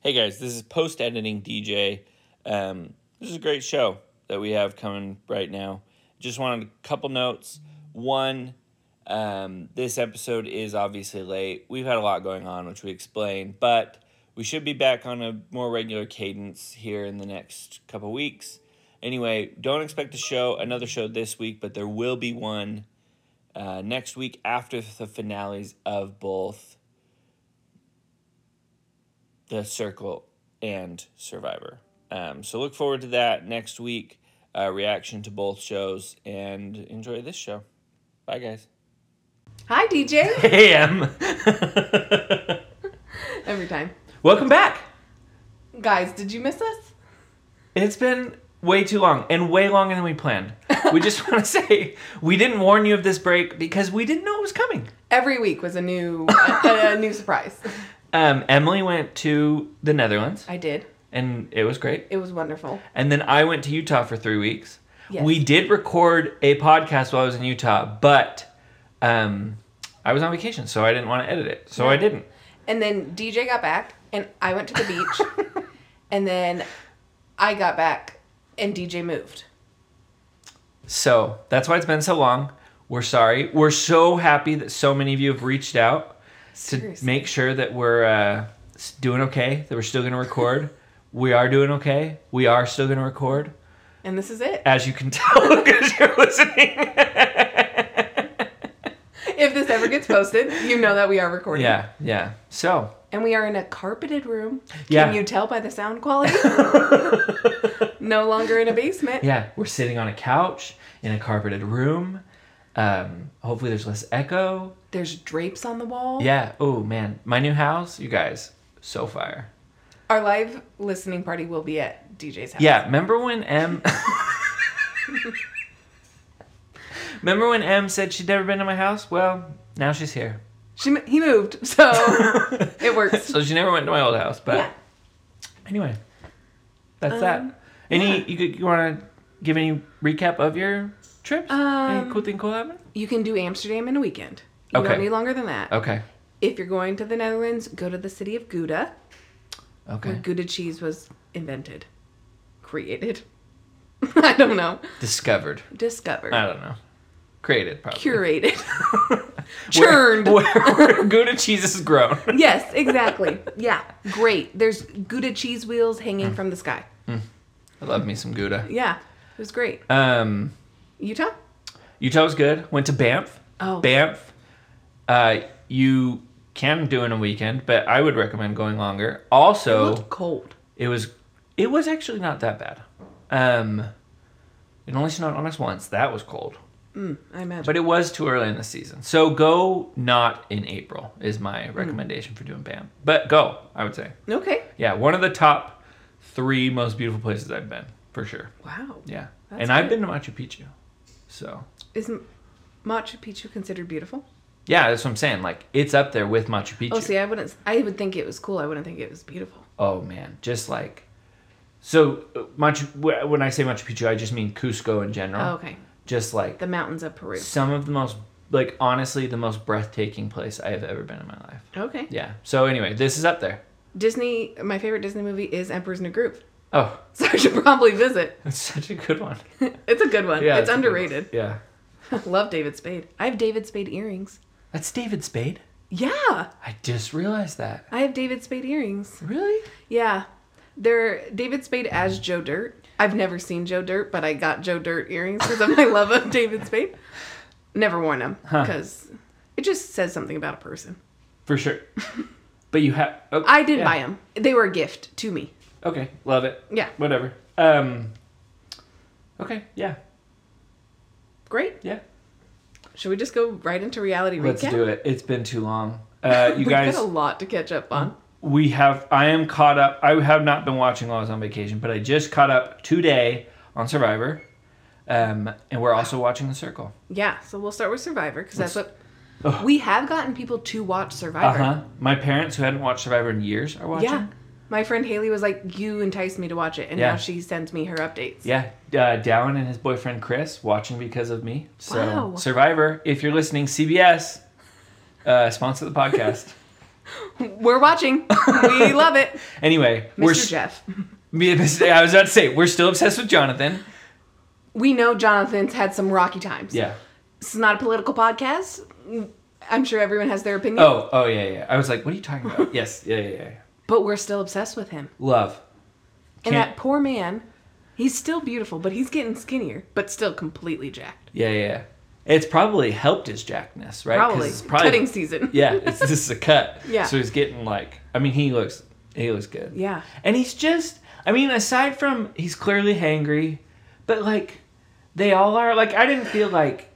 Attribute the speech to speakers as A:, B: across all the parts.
A: Hey guys, this is post editing DJ. Um, this is a great show that we have coming right now. Just wanted a couple notes. One, um, this episode is obviously late. We've had a lot going on, which we explained, but we should be back on a more regular cadence here in the next couple weeks. Anyway, don't expect a show, another show this week, but there will be one uh, next week after the finales of both The Circle and Survivor. Um, so look forward to that next week. Uh, reaction to both shows and enjoy this show. Bye, guys.
B: Hi, DJ.
A: Hey, Em.
B: Every time.
A: Welcome back.
B: Guys, did you miss us?
A: It's been way too long and way longer than we planned. We just want to say we didn't warn you of this break because we didn't know it was coming.
B: Every week was a new a, a new surprise.
A: Um, Emily went to the Netherlands
B: I did.
A: and it was great.
B: It was wonderful.
A: And then I went to Utah for three weeks.
B: Yes.
A: We did record a podcast while I was in Utah, but um, I was on vacation, so I didn't want to edit it. So I didn't.
B: And then DJ got back, and I went to the beach, and then I got back, and DJ moved.
A: So that's why it's been so long. We're sorry. We're so happy that so many of you have reached out to
B: Seriously.
A: make sure that we're uh, s- doing okay, that we're still going to record. we are doing okay. We are still going to record,
B: And this is it.
A: as you can tell because you're listening.
B: If this ever gets posted, you know that we are recording.
A: yeah, yeah. So
B: And we are in a carpeted room.
A: Yeah.
B: Can you tell by the sound quality? no longer in a basement.
A: yeah, we're sitting on a couch in a carpeted room. Um, hopefully, there's less echo.
B: There's drapes on the wall.
A: Yeah. Oh man, my new house, you guys, so fire.
B: Our live listening party will be at DJ's house.
A: Yeah, remember when M Remember when M said she'd never been to my house? Well, now she's here.
B: She, he moved, so it works.
A: So she never went to my old house, but
B: Yeah. Um,
A: anyway. That's that. Any you you, you want to give any recap of your trips? any
B: Um,
A: cool thing cool happened?
B: You can do Amsterdam in a weekend. You
A: Okay.
B: don't need longer than that.
A: Okay.
B: If you're going to the Netherlands, go to the city of Gouda, where
A: Okay.
B: Gouda cheese was invented, created. I don't know.
A: Discovered.
B: Discovered.
A: I don't know. Created probably.
B: Curated.
A: Where-
B: Churned.
A: Where, where Gouda cheese is grown.
B: yes, exactly. Yeah, great. There's Gouda cheese wheels
A: Mm.
B: hanging from the sky.
A: I love me some Gouda.
B: Yeah, it was great.
A: Um
B: Utah?
A: Utah was good. Went to Banff.
B: Oh.
A: Banff. Uh, you can do in a weekend, but I would recommend going longer. Also,
B: It looked cold.
A: it was it was actually not that bad. Um, it only snowed on us once. That was cold,
B: I imagine.
A: but it was too early in the season. So go not in April is my
B: Hmm.
A: recommendation for doing Banff. But go, I would say.
B: okay.
A: Yeah, one of the top three most beautiful places I've been for sure.
B: Wow.
A: Yeah,
B: That's
A: and I've been to Machu Picchu, so.
B: Isn't Machu Picchu considered beautiful?
A: Yeah, that's what I'm saying. Like it's up there with Machu Picchu.
B: Oh, see, I wouldn't. I would think it was cool. I wouldn't think it was beautiful.
A: Oh man, just like so uh, Machu. wh- When I say Machu Picchu, I just mean Cusco in general.
B: Oh, okay,
A: Just like
B: the mountains of Peru.
A: some of the most, like honestly, the most breathtaking place I have ever been in my life.
B: Okay,
A: Yeah. So anyway, this is up there.
B: Disney. My favorite Disney movie is Emperor's New Groove,
A: Oh,
B: so I should probably visit.
A: that's such a good one.
B: It's a good one.
A: Yeah,
B: it's
A: a good one.
B: underrated.
A: Yeah.
B: Love David Spade. I have David Spade earrings.
A: That's David Spade.
B: Yeah,
A: I just realized that.
B: I have David Spade earrings.
A: Really?
B: Yeah, they're David Spade as Joe Dirt. I've never seen Joe Dirt, but I got Joe Dirt earrings because of my love of David Spade. Never worn them
A: Huh.
B: because it just says something about a person.
A: For sure. but you have. oh,
B: I didn't
A: yeah.
B: 'em. buy them. They were a gift to me.
A: Okay, love it.
B: Yeah.
A: Whatever. Um. Okay. Yeah.
B: Great.
A: Yeah.
B: Should we just go right into reality
A: Let's
B: recap?
A: do it. It's been too long. Uh, you
B: We've
A: guys, Mm.
B: got a lot to catch up on.
A: we have. I am caught up. I have not been watching while I was on vacation, but I just caught up today on Survivor, um, and we're also watching The Circle.
B: Yeah, so we'll start with Survivor because that's what
A: Oh.
B: we have gotten people to watch
A: Uh
B: Survivor.
A: huh. My parents, who hadn't watched Survivor in years, are watching.
B: Yeah, my friend Haley was like, "You enticed me to watch it," and
A: Yeah.
B: now she sends me her updates.
A: Yeah, uh, Dallin and his boyfriend Chris watching because of me. So
B: Wow.
A: Survivor, if you're listening, CBS, uh, sponsor the podcast.
B: We're watching. We love it.
A: Anyway, we're
B: Mr. Jeff.
A: me and Mr. I was about to say we're still obsessed with Jonathan.
B: We know Jonathan's had some rocky times.
A: Yeah.
B: This is not a political podcast. I'm sure everyone has their opinion,
A: Oh, oh yeah, yeah. I was like, what are you talking about? yes, yeah, yeah, yeah.
B: but we're still obsessed with him.
A: Love.
B: And
A: Can't-
B: that poor man, he's still beautiful, but he's getting skinnier, but still completely jacked.
A: Yeah, yeah. yeah. It's probably helped his jackness, right? 'Cause
B: Probably.
A: it's
B: Cutting season.
A: Yeah, it's, this is a cut.
B: Yeah.
A: So he's getting like, I mean, he looks, he looks good.
B: Yeah.
A: And he's just, I mean, aside from he's clearly hangry, but like, they all are. Like, I didn't feel like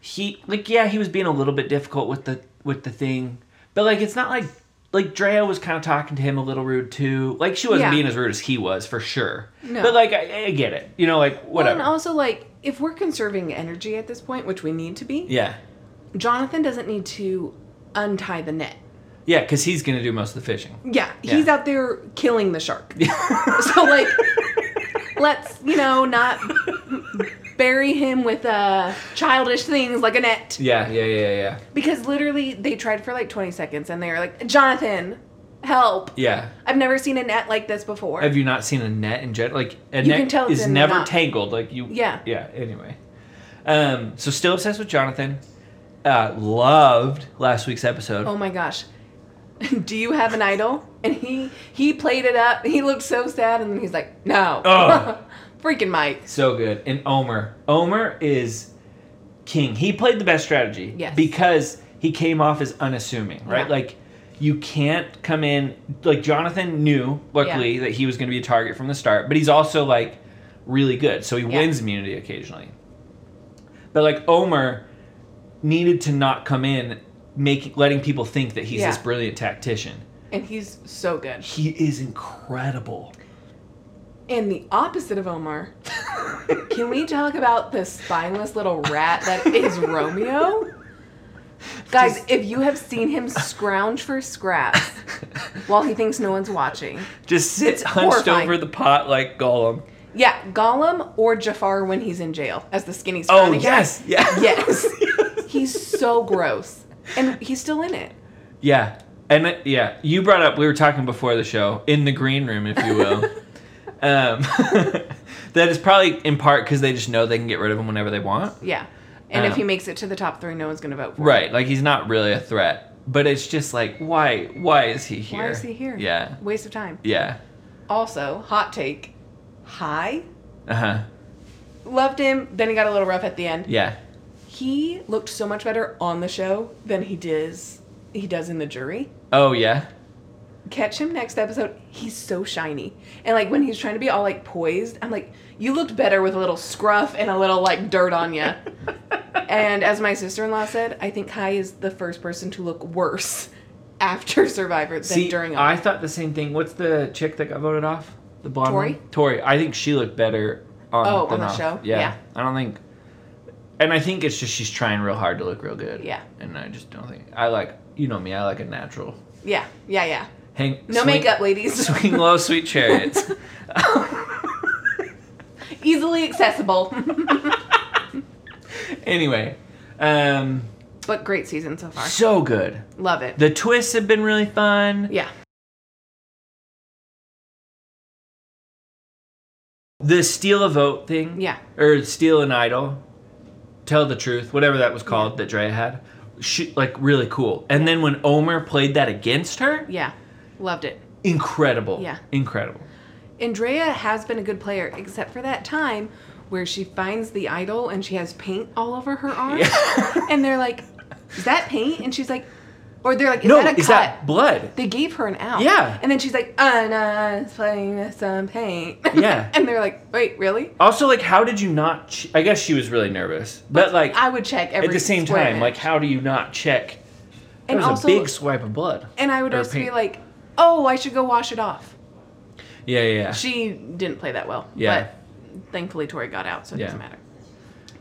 A: he, like, yeah, he was being a little bit difficult with the with the thing, but like, it's not like like Drea was kind of talking to him a little rude too. Like, she wasn't
B: Yeah.
A: being as rude as he was for sure.
B: No.
A: But like, I, I get it. You know, like
B: Well,
A: whatever.
B: and also, like, if we're conserving energy at this point, which we need to be,
A: yeah.
B: Jonathan doesn't need to untie the net.
A: Yeah, because he's gonna do most of the fishing.
B: Yeah, he's
A: Yeah.
B: out there killing the shark. so, like, let's, you know, not bury him with uh, childish things like a net.
A: Yeah, yeah, yeah, yeah,
B: Because literally, they tried for like 20 seconds and they were like, Jonathan, help.
A: yeah.
B: I've never seen a net like this before.
A: Have you not seen a net in general? Like a
B: You
A: net
B: can tell it's
A: is
B: in
A: never
B: knot.
A: tangled. Like you.
B: Yeah.
A: Yeah. Anyway, um, so still obsessed with Jonathan. Uh, loved last week's episode.
B: oh my gosh. Do you have an idol? And he he played it up. He looked so sad, and then he's like, "No,
A: Ugh.
B: freaking Mike."
A: So good. And Omer. Omer is king. He played the best strategy.
B: Yes.
A: Because he came off as unassuming, right?
B: Yeah.
A: Like you can't come in like Jonathan knew, luckily, that he was gonna be a target from the start, but he's also like really good. So he
B: Yeah.
A: wins immunity occasionally. But like Omer needed to not come in making letting people think that he's
B: Yeah.
A: this brilliant tactician.
B: And he's so good.
A: He is incredible.
B: And the opposite of Omar. Can we talk about the spineless little rat that is Romeo? Guys, if you have seen him scrounge for scraps while he thinks no one's watching,
A: Just sits hunched
B: horrifying.
A: over the pot like Gollum.
B: yeah, Gollum or Jafar when he's in jail as the skinny.
A: Oh
B: scrawny guy.
A: yes, yeah,
B: Yes.
A: Yes.
B: He's so gross. And he's still in it.
A: yeah, and it- yeah, you brought up. We were talking before the show in the green room, if you will. um, that is probably in part because they just know they can get rid of him whenever they want.
B: Yeah. And if
A: Um,
B: he makes it to the top three, no one's going to vote for him.
A: Right, like he's not really a threat, but it's just like why? Why is he here?
B: Why is he here?
A: Yeah,
B: Waste of time.
A: yeah,
B: Also, hot take. Hi.
A: uh huh,
B: Loved him. Then he got a little rough at the end.
A: yeah,
B: He looked so much better on the show than he does he does in the jury.
A: oh yeah,
B: Catch him next episode. He's so shiny. And like when he's trying to be all like poised, I'm like, you looked better with a little scruff and a little like dirt on you. and as my sister-in-law said, I think Kai is the first person to look worse after Survivor than
A: See,
B: during.
A: I
B: it.
A: thought the same thing. What's the chick that got voted off? The blonde
B: Tori?
A: one? Tori. I think she looked better on
B: Oh,
A: than
B: on the
A: off.
B: show?
A: Yeah.
B: Yeah.
A: I don't think and I think it's just she's trying real hard to look real good.
B: Yeah.
A: And I just don't think I like you know me, I like a natural.
B: yeah, yeah, yeah.
A: Hang
B: No
A: swing-
B: makeup, ladies.
A: Swing low, sweet chariots.
B: Easily accessible,
A: anyway. Um
B: but great season so far.
A: so good.
B: Love it.
A: The twists have been really fun.
B: Yeah,
A: The steal a vote thing.
B: Yeah.
A: Or steal an idol. Tell the truth, whatever that was called that Drea had. She, like really cool. And then when Omer played that against her,
B: yeah. Loved it.
A: incredible.
B: Yeah.
A: Incredible.
B: Andrea has been a good player, except for that time where she finds the idol and she has paint all over her arm. and they're like, Is that paint? And she's like, Or they're like, Is
A: no,
B: that a
A: is
B: cut?
A: that blood?
B: They gave her an out.
A: Yeah.
B: And then she's like, Anna's playing with some paint.
A: Yeah.
B: and they're like, Wait, really?
A: Also, like, how did you not? Ch- I guess she was really nervous, but like
B: I would check every
A: at the same
B: square
A: time,
B: inch.
A: like, how do you not check? That
B: and
A: was
B: also,
A: a big swipe of blood.
B: and I would
A: or
B: also be
A: paint.
B: like, Oh, I should go wash it off.
A: Yeah, yeah, yeah.
B: She didn't play that well.
A: Yeah.
B: But thankfully, Tori got out, so it
A: Yeah.
B: doesn't matter.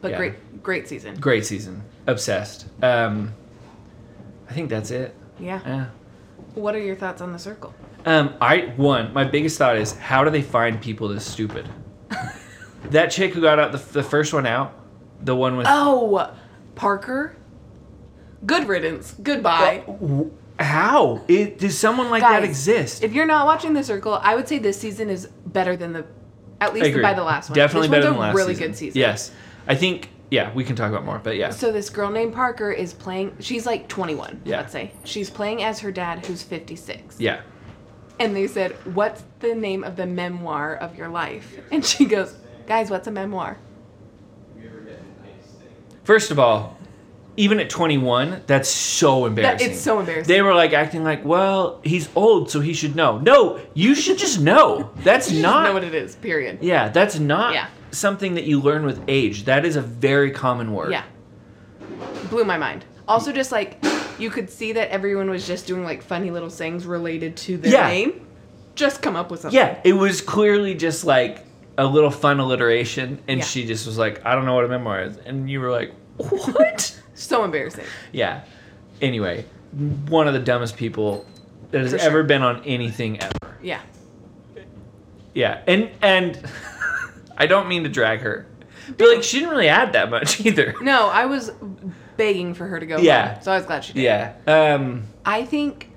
B: But
A: Yeah.
B: great, great season.
A: Great season. Obsessed. Um, I think that's it.
B: Yeah.
A: Yeah.
B: What are your thoughts on the circle?
A: Um, I one my biggest thought is how do they find people this stupid? that chick who got out the, the first one out, the one with
B: Oh, Parker. Good riddance. Goodbye.
A: W- How it, does someone like that
B: Guys,
A: exist?
B: If you're not watching The Circle, I would say this season is better than the, at
A: I
B: least
A: agree.
B: by the last one.
A: Definitely
B: this
A: better
B: one's
A: than
B: a
A: last
B: really
A: season.
B: good season.
A: Yes, I think. Yeah, we can talk about more, but yeah,
B: So this girl named Parker is playing. She's like 21.
A: Yeah.
B: Let's say she's playing as her dad, who's 56.
A: yeah.
B: And they said, "What's the name of the memoir of your life?" And she goes, "Guys, what's a memoir?"
A: First of all, even at 21, that's so embarrassing.
B: it's so embarrassing.
A: They were like acting like, well, he's old, so he should know. No, you should just know. That's
B: You
A: not.
B: just know what it is. Period.
A: yeah, that's not
B: Yeah.
A: something that you learn with age. That is a very common word.
B: Yeah. Blew my mind. Also, just like you could see that everyone was just doing like funny little things related to their
A: Yeah.
B: name. Just come up with something.
A: Yeah, it was clearly just like a little fun alliteration, and
B: Yeah.
A: she just was like, I don't know what a memoir is. And you were like, what?
B: So embarrassing.
A: yeah. Anyway, one of the dumbest people that has
B: For sure.
A: ever been on anything ever.
B: Yeah.
A: Yeah, and and I don't mean to drag her, but like she didn't really add that much either.
B: No, I was begging for her to go.
A: Yeah.
B: home, so I was glad she did.
A: Yeah. Um.
B: I think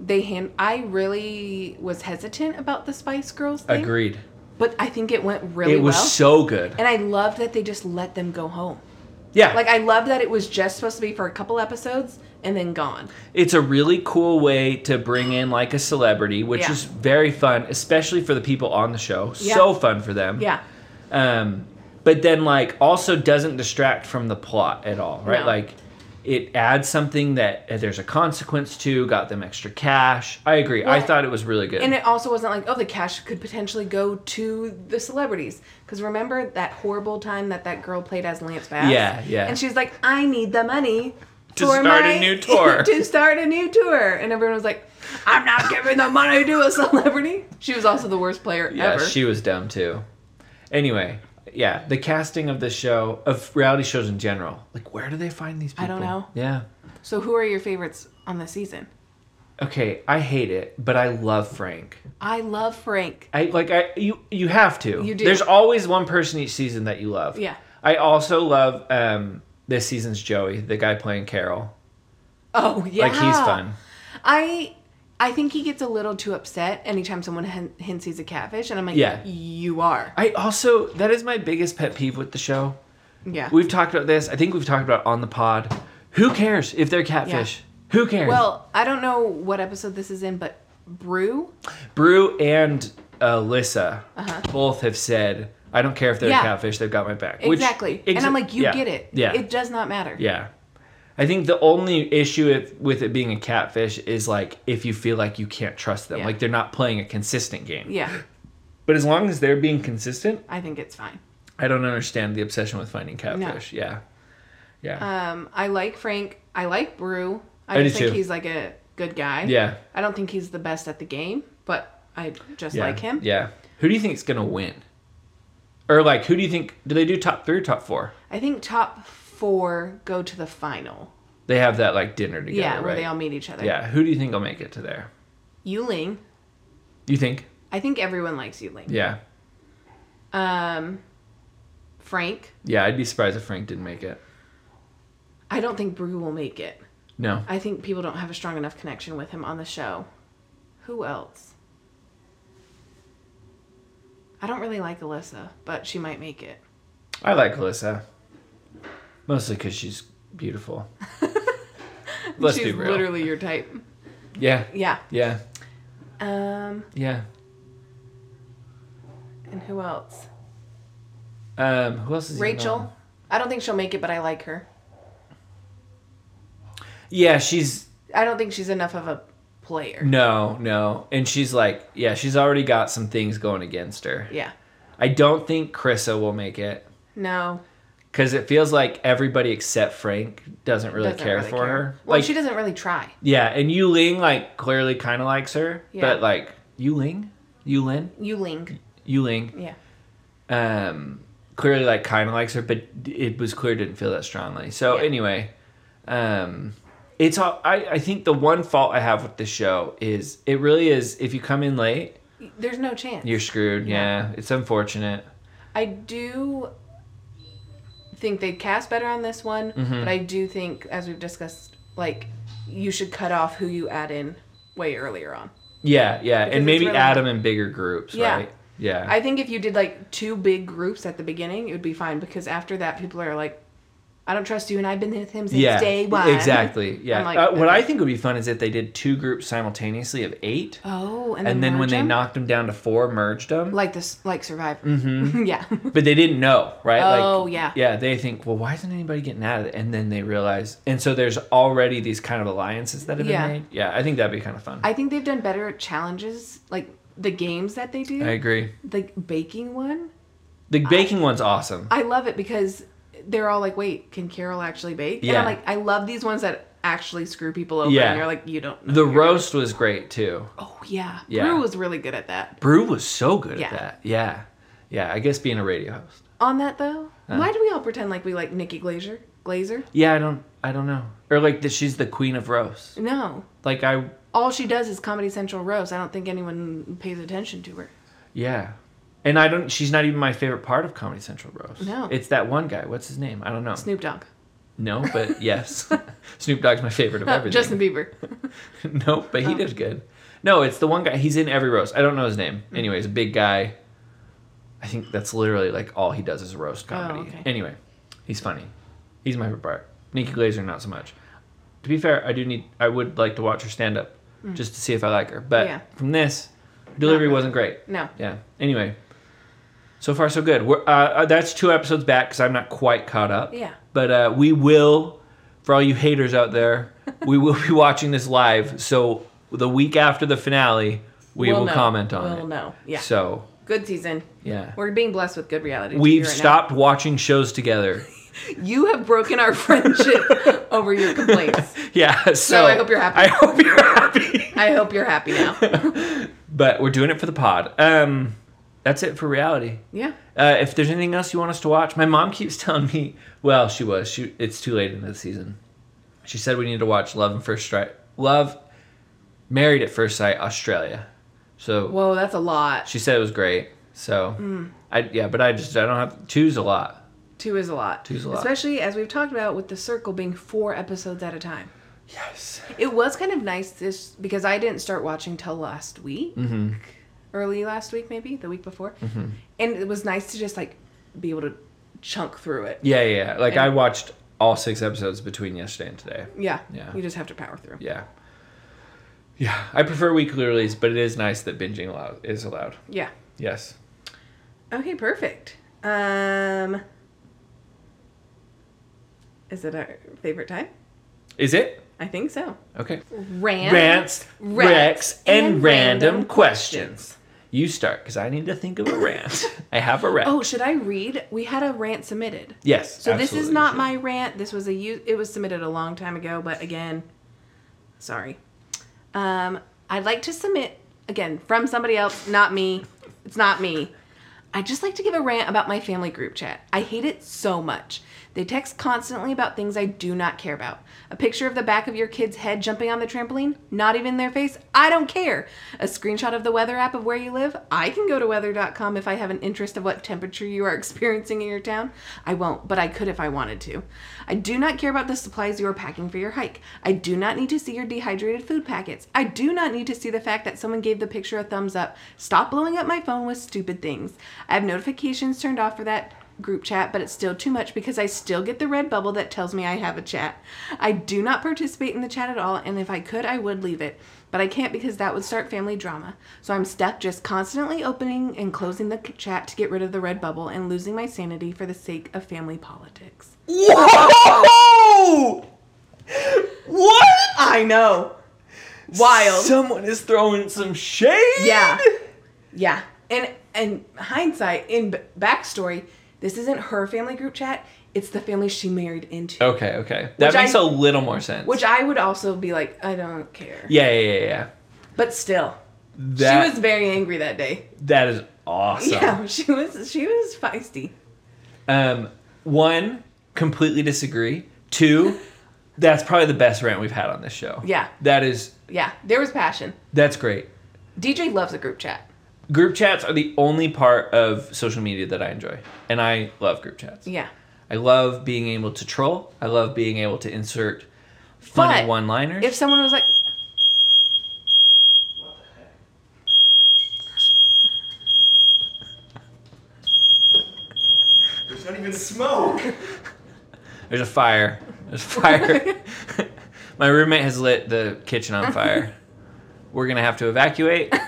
B: they hand. I really was hesitant about the Spice Girls thing.
A: Agreed.
B: But I think it went really
A: it was
B: well.
A: so good.
B: and I love that they just let them go home.
A: Yeah.
B: Like I love that it was just supposed to be for a couple episodes and then gone.
A: it's a really cool way to bring in like a celebrity, which
B: Yeah.
A: is very fun, especially for the people on the show.
B: Yeah.
A: So fun for them.
B: Yeah.
A: Um. But then like also doesn't distract from the plot at all, right?
B: No.
A: Like. It adds something that uh, there's a consequence to. Got them extra cash. I agree. I
B: Well,
A: thought it was really good.
B: And it also wasn't like, oh, the cash could potentially go to the celebrities. Because remember that horrible time that that girl played as Lance Bass?
A: Yeah, yeah.
B: And she's like, I need the money
A: To start a new tour."
B: to start a new tour. And everyone was like, I'm not giving the money to a celebrity. She was also the worst player
A: Yeah,
B: ever.
A: she was dumb too. Anyway, yeah, the casting of the show of reality shows in general. Like, where do they find these people?
B: I don't know.
A: Yeah.
B: so who are your favorites on the season?
A: Okay, I hate it, but I love Frank.
B: I love Frank.
A: I like I you you have to.
B: You do.
A: There's always one person each season that you love.
B: Yeah.
A: I also love um this season's Joey, the guy playing Carol.
B: Oh yeah.
A: Like he's fun.
B: I I think he gets a little too upset anytime someone hin- hints he's a catfish, and I'm like,
A: Yeah.
B: you are.
A: I also that is my biggest pet peeve with the show.
B: Yeah.
A: We've talked about this. I think we've talked about it on the pod. Who cares if they're catfish? Who cares?
B: Well, I don't know what episode this is in, but Brew.
A: Brew and Alyssa both have said, "I don't care if they're
B: Uh-huh. Yeah.
A: catfish; they've got my back."
B: exactly. and I'm like, you
A: yeah,
B: get it.
A: Yeah,
B: It does not matter.
A: yeah. I think the only issue if, with it being a catfish is like if you feel like you can't trust them,
B: Yeah.
A: like they're not playing a consistent game.
B: Yeah,
A: But as long as they're being consistent,
B: I think it's fine.
A: I don't understand the obsession with finding catfish. Yeah, yeah,
B: Um, I like Frank. I like Brew.
A: I
B: I just
A: do
B: think
A: too.
B: he's like a good guy.
A: yeah.
B: I don't think he's the best at the game, but I just
A: yeah.
B: like him.
A: Yeah. Who do you think is gonna win? Or like, who do you think? Do they do top three or top four?
B: I think top four go to the final.
A: They have that like dinner together.
B: yeah, where
A: right?
B: they all meet each other.
A: Yeah, who do you think will make it to there?
B: Yuling.
A: You think?
B: I think everyone likes Yuling.
A: Yeah.
B: Um, Frank.
A: Yeah, I'd be surprised if Frank didn't make it.
B: I don't think Brew will make it.
A: No.
B: I think people don't have a strong enough connection with him on the show. Who else? I don't really like Alyssa, but she might make it.
A: I like Alyssa. Mostly because she's beautiful. Let's
B: She's
A: be real.
B: literally your type.
A: Yeah.
B: Yeah.
A: Yeah.
B: Um,
A: Yeah.
B: and who else?
A: Um, who else is even on?
B: Rachel. I don't think she'll make it, but I like her.
A: Yeah, she's
B: I don't think she's enough of a
A: Mm.
B: player.
A: no, no, and she's like, yeah, she's already got some things going against her.
B: Yeah.
A: I don't think Krissa will make it
B: No.
A: because it feels like everybody except Frank doesn't really
B: doesn't
A: care
B: really
A: for her.
B: Well,
A: like
B: she doesn't really try.
A: Yeah, and Yu Ling like clearly kind of likes her,
B: Yeah.
A: but like Yu Ling, Yu Lin,
B: Yuling.
A: Yu Ling,
B: Yeah.
A: um, clearly like kind of likes her, but it was clear didn't feel that strongly. So
B: Yeah.
A: anyway, um, it's all, I I think the one fault I have with the show is it really is if you come in late
B: There's no chance.
A: you're screwed. Yeah, it's unfortunate.
B: I do
A: Mm-hmm.
B: think they cast better on this one, but I do think, as we've discussed, like you should cut off who you add in way earlier on.
A: Yeah, yeah,
B: Because
A: and
B: it's
A: maybe
B: really-
A: add 'em add them in bigger groups,
B: Yeah.
A: right? Yeah,
B: I think if you did like two big groups at the beginning, it would be fine because after that, people are like, I don't trust you, and I've been with him since
A: yeah,
B: day one.
A: exactly. Yeah,
B: I'm like,
A: uh, what
B: okay.
A: I think would be fun is if they did two groups simultaneously of eight,
B: Oh, and,
A: and then when
B: merge
A: they
B: them?
A: knocked them down to four, merged them.
B: like this, like Survivor.
A: Mhm.
B: yeah.
A: but they didn't know, right?
B: Oh, yeah.
A: Yeah, they think, well, why isn't anybody getting out of it? And then they realize, and so there's already these kind of alliances that have
B: Yeah.
A: been made. Yeah, I think that'd be kind of fun. I,
B: I think they've done better at challenges, like the games that they do.
A: agree.
B: the baking one,
A: The baking one's awesome.
B: I love it because they're all like, "Wait, can Carol actually bake?" And
A: Yeah.
B: I'm like, I love these ones that actually screw people over.
A: Yeah.
B: And you're like, you don't. know
A: the
B: you're-
A: roast was great too.
B: Oh yeah.
A: Yeah.
B: Brew was really good at that.
A: Brew was so good
B: Yeah.
A: at that. Yeah, yeah. I guess being a radio host.
B: On that though, why do we all pretend like we like Nikki Glazer? Glazer?
A: Yeah, I don't, I don't know. Or like that she's the queen of roast.
B: No.
A: Like I,
B: All she does is Comedy Central roast. I don't think anyone pays attention to her.
A: yeah. And I don't. She's not even my favorite part of Comedy Central roast.
B: No.
A: it's that one guy. What's his name? I don't know.
B: Snoop Dogg,
A: No, but yes. Snoop Dogg's my favorite of everything.
B: Uh, Justin Bieber.
A: no, but he
B: Oh.
A: did good. No, it's the one guy. He's in every roast. I don't know his name.
B: Hmm.
A: Anyways, big guy. I think that's literally like all he does is roast comedy.
B: Oh, okay.
A: Anyway, he's funny. He's my favorite part. Nikki Glazer, not so much. To be fair, I do need. I would like to watch her stand up, just to see if I like her. But
B: Hmm. Yeah.
A: from this, her delivery
B: really.
A: wasn't great.
B: No.
A: Yeah. Anyway, so far so good. We're, uh, uh, that's two episodes back because I'm not quite caught up.
B: Yeah.
A: But uh, we will, for all you haters out there, we will be watching this live. So the week after the finale, we
B: We'll
A: will
B: know.
A: comment on it.
B: We'll know. Yeah.
A: So
B: good season.
A: yeah,
B: We're being blessed with good reality.
A: we have
B: TV right now.
A: stopped watching shows together.
B: You have broken our friendship over your complaints.
A: yeah. So,
B: I hope you're happy.
A: I hope you're happy.
B: I hope you're happy now.
A: but we're doing it for the pod. Um, that's it for reality.
B: Yeah.
A: Uh, if there's anything else you want us to watch, my mom keeps telling me. Well, she was. She. It's too late in the season. She said we need to watch Love and First Sight. Love, Married at First Sight, Australia. So
B: Whoa, that's a lot.
A: she said it was great. So I yeah, but I just I don't have two's a lot.
B: Two is a lot.
A: Two's a lot.
B: Especially as we've talked about with the circle being four episodes at a time.
A: Yes.
B: It was kind of nice this because I didn't start watching till last week,
A: Mm-hmm.
B: early last week maybe the week before, and it was nice to just like be able to chunk through it.
A: Yeah, yeah. yeah. Like I
B: And-
A: watched all six episodes between yesterday and today.
B: Yeah.
A: Yeah.
B: You just have to power through.
A: Yeah. Yeah, I prefer weekly release, but it is nice that binging allow- is allowed.
B: Yeah.
A: Yes.
B: Okay. Perfect. Um. Is it our favorite time?
A: Is it?
B: I think so.
A: Okay.
B: Rant,
A: rants, wrecks, and random questions. You start because I need to think of a rant. I have a rant.
B: Oh, should I read? We had a rant submitted.
A: yes.
B: So this is
A: absolutely,
B: not
A: sure.
B: my rant. This was a u- it was submitted a long time ago, but again, sorry. Um, I'd like to submit again from somebody else, not me. It's not me. I just like to give a rant about my family group chat. I hate it so much. They text constantly about things I do not care about. A picture of the back of your kid's head jumping on the trampoline, not even their face, I don't care. A screenshot of the weather app of where you live, I can go to weather.com if I have an interest of what temperature you are experiencing in your town. I won't, but I could if I wanted to. I do not care about the supplies you are packing for your hike. I do not need to see your dehydrated food packets. I do not need to see the fact that someone gave the picture a thumbs up. Stop blowing up my phone with stupid things. I have notifications turned off for that group chat, but it's still too much because I still get the red bubble that tells me I have a chat. I do not participate in the chat at all, and if I could, I would leave it. But I can't because that would start family drama. So I'm stuck just constantly opening and closing the c- chat to get rid of the red bubble and losing my sanity for the sake of family politics.
A: Whoa! What?
B: I know. Wild.
A: Someone is throwing some shade.
B: Yeah. Yeah. And and hindsight in b- backstory, this isn't her family group chat. It's the family she married into.
A: Okay. Okay. That
B: Which I-
A: makes a little more sense.
B: Which I would also be like, I don't care.
A: yeah, yeah, yeah, yeah.
B: But still,
A: That
B: she was very angry that day.
A: that is awesome.
B: Yeah, she was she was feisty.
A: Um, one, completely disagree. Two, that's probably the best rant we've had on this show.
B: Yeah.
A: That is
B: Yeah, there was passion.
A: that's great.
B: DJ loves a group chat.
A: group chats are the only part of social media that I enjoy, and I love group chats.
B: Yeah.
A: I love being able to troll. I love being able to insert
B: But
A: funny one liners.
B: If someone was like,
C: There's not even smoke.
A: There's a fire. There's a fire. My roommate has lit the kitchen on fire. We're gonna have to evacuate.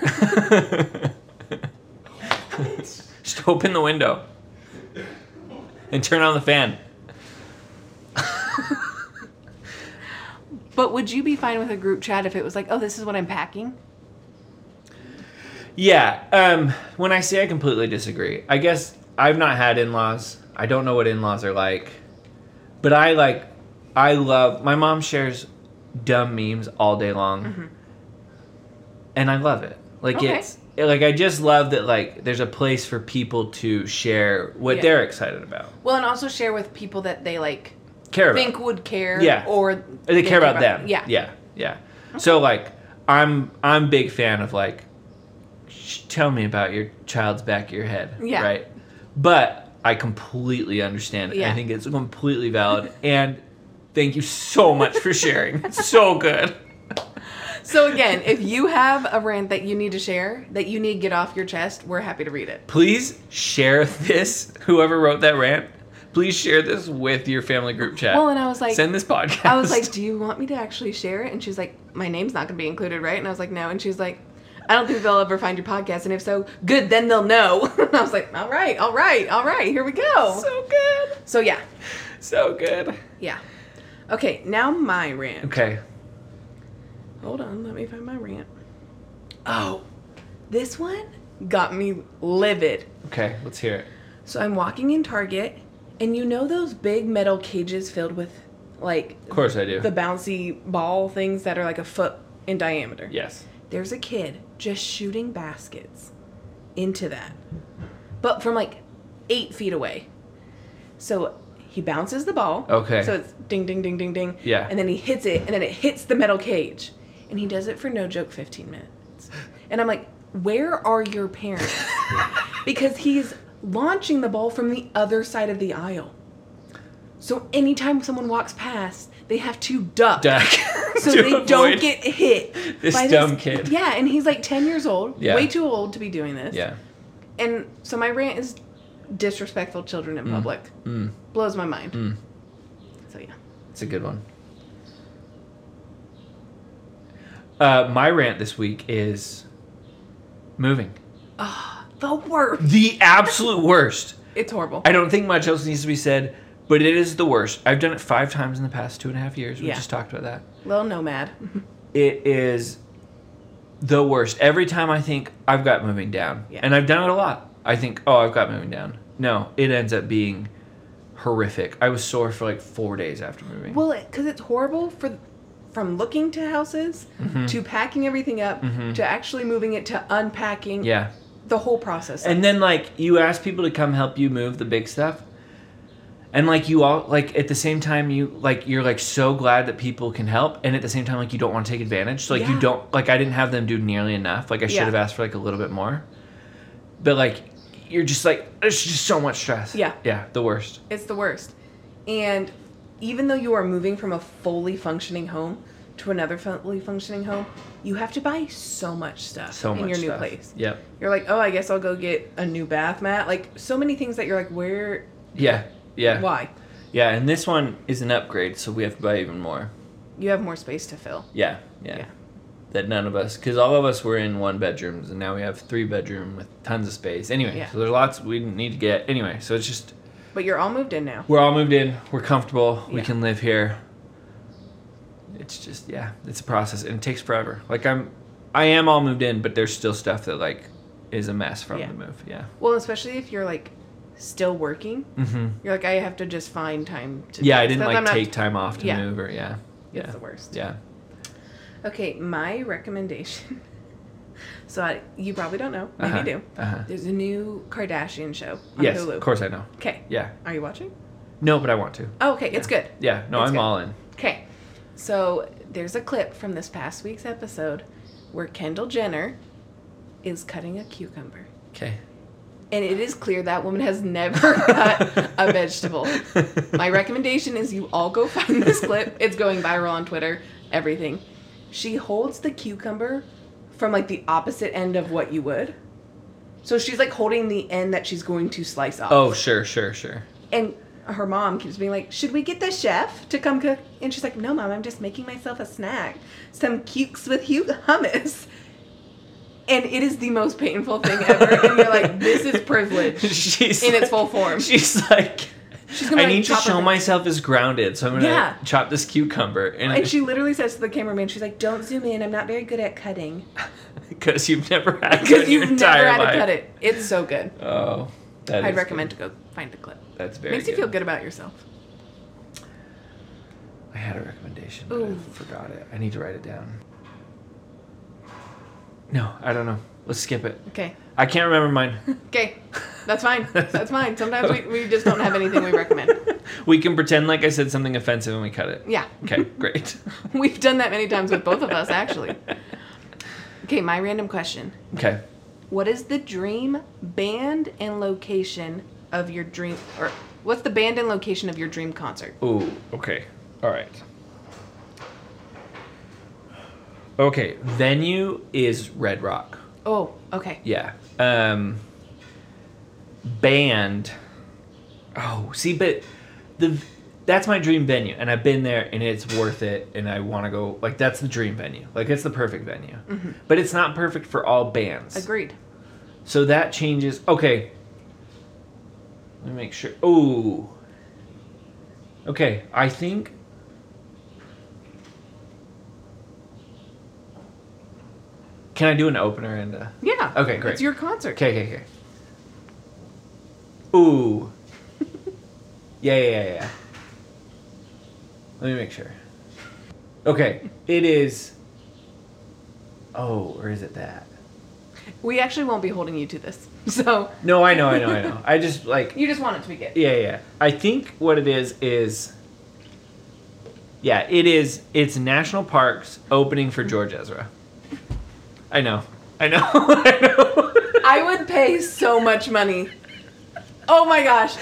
A: Just open the window and turn on the fan.
B: but would you be fine with a group chat if it was like, oh, this is what I'm packing?
A: Yeah. Um, when I say I completely disagree, I guess I've not had in laws. I don't know what in laws are like. But I like, I love, my mom shares dumb memes all day long. And I love it. Like,
B: Mm-hmm. Okay.
A: it's, like, I just love that, like, there's a place for people to share what
B: Yeah.
A: they're excited about,
B: Well, and also share with people that they like
A: care about.
B: think would care.
A: Yeah.
B: Or
A: Or they care about them.
B: Yeah.
A: yeah, yeah. So like, I'm I'm big fan of like, sh- tell me about your child's back of your head.
B: Yeah.
A: Right. But I completely understand. it. I
B: Yeah.
A: think it's completely valid. and thank you so much for sharing. It's so good.
B: So again, if you have a rant that you need to share, that you need to get off your chest, we're happy to read it.
A: Please share this. Whoever wrote that rant, please share this with your family group chat.
B: Well, and I was like-
A: send this podcast.
B: I was like, "Do you want me to actually share it?" And she's like, "My name's not going to be included, right?" And I was like, "No." And she's like, "I don't think they'll ever find your podcast, and if so, good, then they'll know." and I was like, "All right, all right, all right, here we go." So,
A: so good,
B: yeah,
A: so good.
B: yeah. Okay, now my rant.
A: Okay.
B: Hold on, let me find my rant.
A: Oh.
B: This one got me livid.
A: Okay. Let's hear it.
B: So I'm walking in Target, and you know those big metal cages filled with, like,
A: Of course I do.
B: the bouncy ball things that are like a foot in diameter.
A: yes.
B: there's a kid just shooting baskets into that, but from like eight feet away. So he bounces the ball.
A: Okay.
B: So it's ding, ding, ding, ding, ding.
A: Yeah.
B: And then he hits it, and then it hits the metal cage. And he does it for no joke 15 minutes. And I'm like, where are your parents? because he's launching the ball from the other side of the aisle. So anytime someone walks past, they have to duck
A: duck.
B: so
A: to
B: they
A: avoid-
B: don't get hit
A: this dumb kid.
B: Yeah, and he's like ten years old.
A: Yeah.
B: way too old to be doing this.
A: Yeah.
B: and so my rant is disrespectful children in public.
A: Mm.
B: Blows my mind.
A: Mm.
B: So yeah,
A: It's a good one. Uh, my rant this week is moving.
B: the worst.
A: The absolute worst.
B: It's horrible.
A: I don't think much else needs to be said, but it is the worst. I've done it five times in the past two and a half years. We
B: Yeah.
A: just talked about that.
B: Little nomad.
A: It is the worst. Every time I think I've got moving down,
B: Yeah.
A: and I've done it a lot, I think, oh, I've got moving down. No, it ends up being horrific. I was sore for like four days after moving.
B: well, because it's horrible for from looking to houses
A: Mm-hmm.
B: to packing everything up to actually moving it to unpacking.
A: yeah.
B: the whole process.
A: And then like you ask people to come help you move the big stuff. And like you all like at the same time you like you're like so glad that people can help and at the same time like you don't want to take advantage. So like you
B: Yeah.
A: don't like I didn't have them do nearly enough. Like I should
B: Yeah.
A: have asked for like a little bit more. But like you're just like it's just so much stress.
B: Yeah.
A: Yeah, the worst.
B: It's the worst. And even though you are moving from a fully functioning home to another fully functioning home, you have to buy so much stuff
A: So
B: in
A: much
B: your new
A: stuff.
B: place.
A: Yep.
B: You're like, oh, I guess I'll go get a new bath mat. Like so many things that you're like, where,
A: Yeah. Yeah.
B: why?
A: Yeah, and this one is an upgrade, so we have to buy even more.
B: You have more space to fill.
A: Yeah, yeah.
B: Yeah.
A: That none of us, because all of us were in one bedrooms, and now we have three bedroom with tons of space. Anyway,
B: Yeah.
A: so there's lots we didn't need to get. Anyway, so it's just
B: But you're all moved in now.
A: we're all moved in, we're comfortable, we
B: Yeah.
A: can live here. It's just yeah, it's a process, and it takes forever. Like I'm, I am all moved in, but there's still stuff that like is a mess from
B: Yeah.
A: the move. Yeah.
B: Well, especially if you're like still working,
A: Mm-hmm.
B: you're like, I have to just find time to.
A: Yeah,
B: do
A: I
B: this.
A: didn't
B: That's-
A: like
B: I'm not-
A: take time off to
B: Yeah.
A: move or yeah,
B: It's
A: yeah,
B: the worst.
A: yeah.
B: Okay, my recommendation. so I, you probably don't know. Maybe
A: Uh-huh.
B: you do.
A: Uh-huh.
B: There's a new Kardashian show on
A: Yes,
B: Hulu.
A: of course I know.
B: Okay.
A: Yeah.
B: Are you watching?
A: No, but I want to.
B: Oh, okay. It's good.
A: Yeah. No,
B: It's
A: I'm
B: good.
A: all in.
B: Okay. So there's a clip from this past week's episode where Kendall Jenner is cutting a cucumber.
A: Okay.
B: and it is clear that woman has never cut a vegetable. My recommendation is you all go find this clip. It's going viral on Twitter, everything. She holds the cucumber from like the opposite end of what you would. So she's like holding the end that she's going to slice off.
A: Oh, sure, sure, sure.
B: And her mom keeps being like, Should we get the chef to come cook? And she's like, No, mom, I'm just making myself a snack. Some cukes with hu- hummus. And it is the most painful thing ever. and you're like, This is privilege.
A: she's
B: in its
A: like-
B: full form.
A: She's like,
B: She's
A: I
B: like,
A: need to
B: chop her
A: show
B: hand."
A: myself as grounded, so I'm gonna
B: Yeah.
A: chop this cucumber,
B: And
A: and
B: she literally says to the cameraman, She's like, Don't zoom in. I'm not very good at cutting.
A: because you've never had it
B: Because
A: in your
B: you've
A: entire
B: never had
A: life.
B: to cut it. It's so good.
A: Oh, that
B: I'd
A: is
B: recommend to go find a clip.
A: Good. That's very.
B: Makes
A: good.
B: you feel good about yourself.
A: I had a recommendation, but
B: Ooh.
A: I forgot it. I need to write it down. No, I don't know. Let's skip it.
B: Okay.
A: I can't remember mine.
B: Okay. That's fine. That's fine. Sometimes we, we just don't have anything we recommend.
A: we can pretend like I said something offensive and we cut it.
B: Yeah.
A: Okay, great.
B: We've done that many times with both of us, actually. Okay, my random question.
A: Okay.
B: What is the dream band and location of your dream, or what's the band and location of your dream concert?
A: Ooh, okay. All right. Okay, venue is Red Rock.
B: Oh, okay.
A: Yeah. Um band. Oh, see, but the that's my dream venue and I've been there and it's worth it and I want to go like that's the dream venue. Like it's the perfect venue. But it's not perfect for all bands.
B: Agreed.
A: So that changes. Okay. Let me make sure. Oh. Okay, I think. Can I do an opener and a.
B: Yeah.
A: Okay, great.
B: It's your concert.
A: Okay, okay, okay. Ooh. yeah, yeah, yeah, yeah. Let me make sure. Okay, it is. Oh, or is it that?
B: We actually won't be holding you to this. So
A: No, I know, I know, I know. I just like
B: you just want it to be good.
A: yeah, yeah. I think what it is is yeah, it is it's National Parks opening for George Ezra. I know. I know. I know.
B: I would pay so much money. Oh my gosh.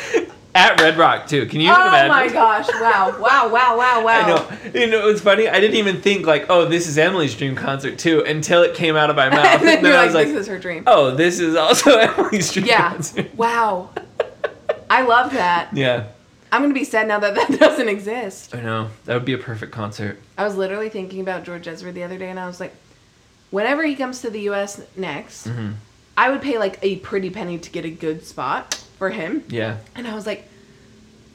A: At Red Rock too. Can you even
B: Oh
A: imagine?
B: my gosh. Wow. Wow. Wow. Wow. Wow.
A: I know. You know, it's funny. I didn't even think like, oh, this is Emily's dream concert too, until it came out of my mouth.
B: And then you're
A: I
B: like,
A: was like,
B: this is her dream.
A: oh, this is also Emily's dream
B: Yeah.
A: concert.
B: Wow. I love that.
A: Yeah.
B: I'm gonna be sad now that that doesn't exist.
A: I know. That would be a perfect concert.
B: I was literally thinking about George Ezra the other day, and I was like, whenever he comes to the U.S. next,
A: Mm-hmm.
B: I would pay like a pretty penny to get a good spot for him.
A: Yeah.
B: And I was like,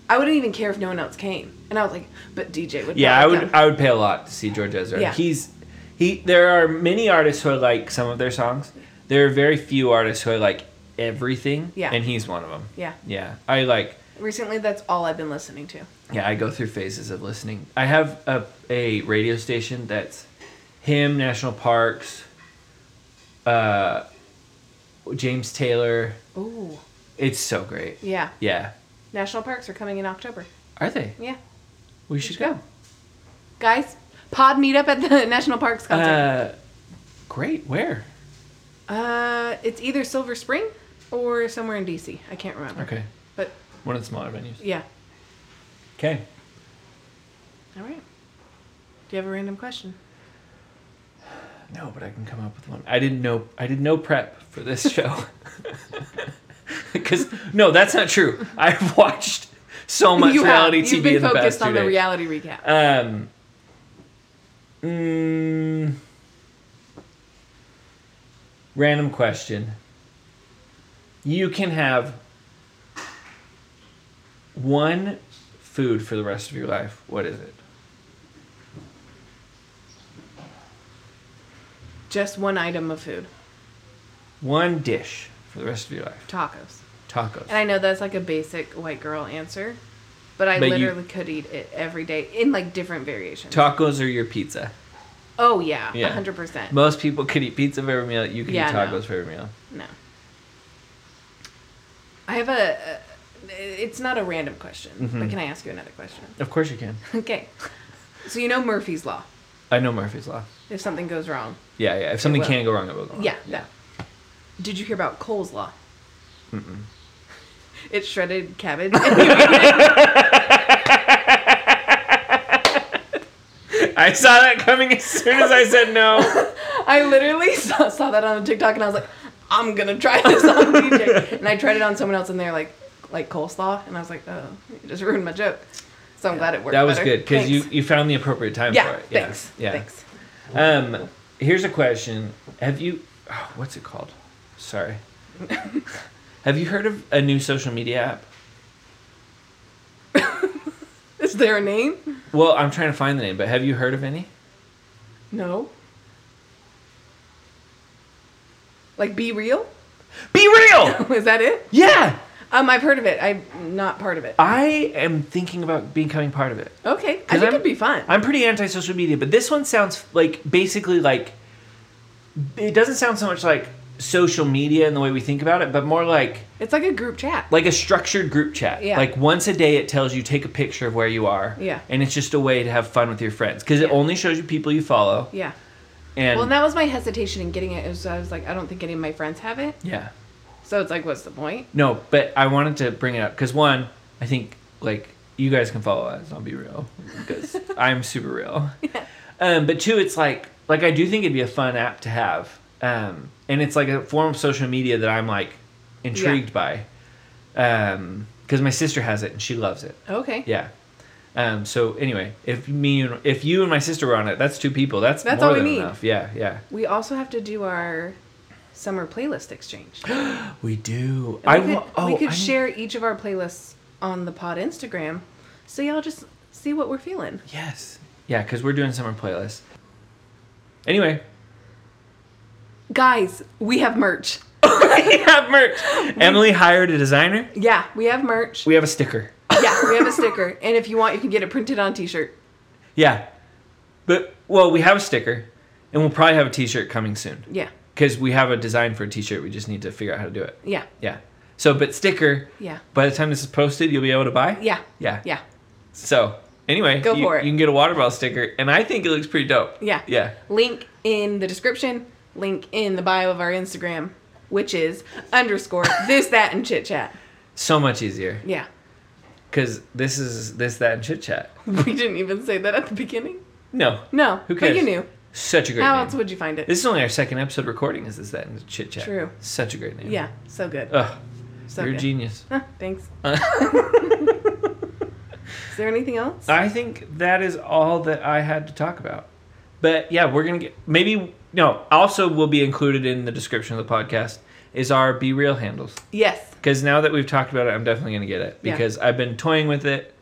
B: I wouldn't even care if no one else came. And I was like, but DJ would.
A: Yeah, I
B: probably
A: would
B: come.
A: I would pay a lot to see George Ezra.
B: Yeah.
A: He's he there are many artists who I like some of their songs. There are very few artists who I like everything.
B: Yeah.
A: And he's one of them.
B: yeah.
A: Yeah. I like
B: Recently, that's all I've been listening to.
A: yeah, I go through phases of listening. I have a a radio station that's him, National Parks, uh James Taylor.
B: Ooh.
A: It's so great.
B: Yeah.
A: Yeah.
B: National parks are coming in October.
A: Are they?
B: Yeah.
A: We should go.
B: Guys, pod meetup at the National Parks concert.
A: Uh great. Where?
B: Uh, it's either Silver Spring or somewhere in DC. I can't remember.
A: Okay.
B: But
A: One of the smaller venues.
B: yeah.
A: Okay.
B: All right. Do you have a random question?
A: No, but I can come up with one. I didn't know. I did no prep for this show. Because no, that's not true. I've watched so much reality
B: have.
A: TV
B: You've been
A: in the past
B: focused
A: two
B: on the
A: days.
B: reality recap.
A: um. mm, random question. You can have one food for the rest of your life. What is it?
B: Just one item of food,
A: One dish for the rest of your life.
B: tacos.
A: Tacos.
B: And I know that's like a basic white girl answer, but I
A: But you-
B: literally could eat it every day in like different variations.
A: Tacos are your pizza.
B: oh yeah,
A: Yeah.
B: 100%.
A: Most people can eat pizza for every meal. You can
B: Yeah,
A: eat
B: no.
A: tacos for every meal.
B: no. I have a, a it's not a random question,
A: Mm-hmm.
B: but can I ask you another question?
A: Of course you can.
B: Okay. So you know Murphy's law.
A: I know Murphy's Law.
B: If something goes wrong.
A: Yeah, yeah. If something
B: will.
A: can go wrong, it will go wrong.
B: Yeah, yeah. Did you hear about Cole's law? It's shredded cabbage.
A: I saw that coming as soon as I said no.
B: I literally saw, saw that on TikTok and I was like, I'm gonna try this on DJ. and I tried it on someone else and they're like, like coleslaw, and I was like, oh, you just ruined my joke. So I'm glad it worked.
A: That was
B: better.
A: good because you,
B: Thanks.
A: you found the appropriate time
B: Yeah,
A: for it.
B: thanks. Thanks.
A: Um, here's a question: Have you, oh, what's it called? Sorry. Have you heard of a new social media app?
B: Is there a name?
A: Well, I'm trying to find the name, but have you heard of any?
B: No. Like be real?
A: Be real.
B: Is that it?
A: yeah,
B: Um, I've heard of it. I'm not part of it.
A: I am thinking about becoming part of it.
B: Okay, I
A: 'Cause
B: think
A: I'm-
B: it'd be fun.
A: I'm pretty anti social media, but this one sounds like basically like it doesn't sound so much like social media in the way we think about it, but more like
B: it's like a group chat.
A: like a structured group chat.
B: Yeah.
A: Like once a day, it tells you take a picture of where you are.
B: Yeah.
A: And it's just a way to have fun with your friends because it
B: Yeah.
A: only shows you people you follow.
B: yeah.
A: And
B: Well, and that was my hesitation in getting it. Is I was like, I don't think any of my friends have it.
A: yeah,
B: So it's like, what's the point?
A: no, but I wanted to bring it up because one, I think like you guys can follow us. I'll be real because I'm super real. Um, but two, it's like like I do think it'd be a fun app to have. Um, and it's like a form of social media that I'm like intrigued by. Um, because my sister has it and she loves it.
B: Okay.
A: Yeah. Um, so anyway, if me and if you and my sister were on it, that's two people. That's
B: That's
A: more
B: all we
A: than
B: need.
A: enough. Yeah, yeah.
B: We also have to do our summer playlist exchange.
A: We do.
B: And we
A: wa- oh,
B: could, we could
A: I-
B: share each of our playlists on the pod Instagram, so y'all just see what we're feeling.
A: Yes. Yeah, because we're doing summer playlists. Anyway,
B: Guys, we have merch.
A: we have merch. Emily hired a designer.
B: Yeah, we have merch.
A: We have a sticker.
B: yeah, we have a sticker, and if you want, you can get it printed on a T-shirt.
A: Yeah, but well, we have a sticker, and we'll probably have a T-shirt coming soon
B: Yeah,
A: because we have a design for a T-shirt. We just need to figure out how to do it.
B: yeah,
A: Yeah. So, but sticker.
B: Yeah.
A: By the time this is posted, you'll be able to buy.
B: yeah,
A: Yeah.
B: yeah.
A: So anyway,
B: Go
A: you,
B: for it.
A: You can get a water bottle sticker, and I think it looks pretty dope.
B: Yeah.
A: Yeah.
B: Link in the description. Link in the bio of our Instagram, which is underscore this that and chit chat.
A: So much easier
B: Yeah,
A: because this is this that and chit chat.
B: we didn't even say that at the beginning.
A: No.
B: No,
A: Who
B: but you
A: cares?
B: knew.
A: Such a great
B: How
A: name.
B: else would you find it?
A: this is only our second episode recording. Is this that and chit chat?
B: True.
A: Such a great name.
B: yeah, so good.
A: Ugh.
B: so
A: you're a
B: good.
A: genius.
B: Huh, thanks. Is there anything else?
A: I think that is all that I had to talk about. But yeah, we're gonna get maybe no. Also, will be included in the description of the podcast is our be real handles.
B: yes.
A: Because now that we've talked about it, I'm definitely going to get it
B: Yeah.
A: because I've been toying with it,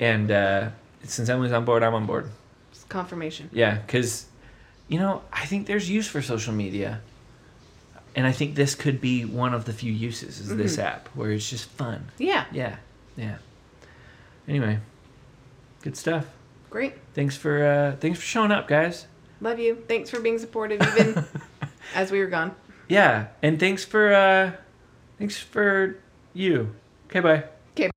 A: and uh, since Emily's on board, I'm on board.
B: Just confirmation.
A: Yeah, because you know I think there's use for social media, and I think this could be one of the few uses is this app where it's just fun.
B: Yeah.
A: Yeah, yeah. Anyway, good stuff.
B: Great.
A: Thanks for uh, thanks for showing up, guys.
B: Love you. Thanks for being supportive even as we were gone.
A: Yeah, and thanks for uh, thanks for you. Okay, bye.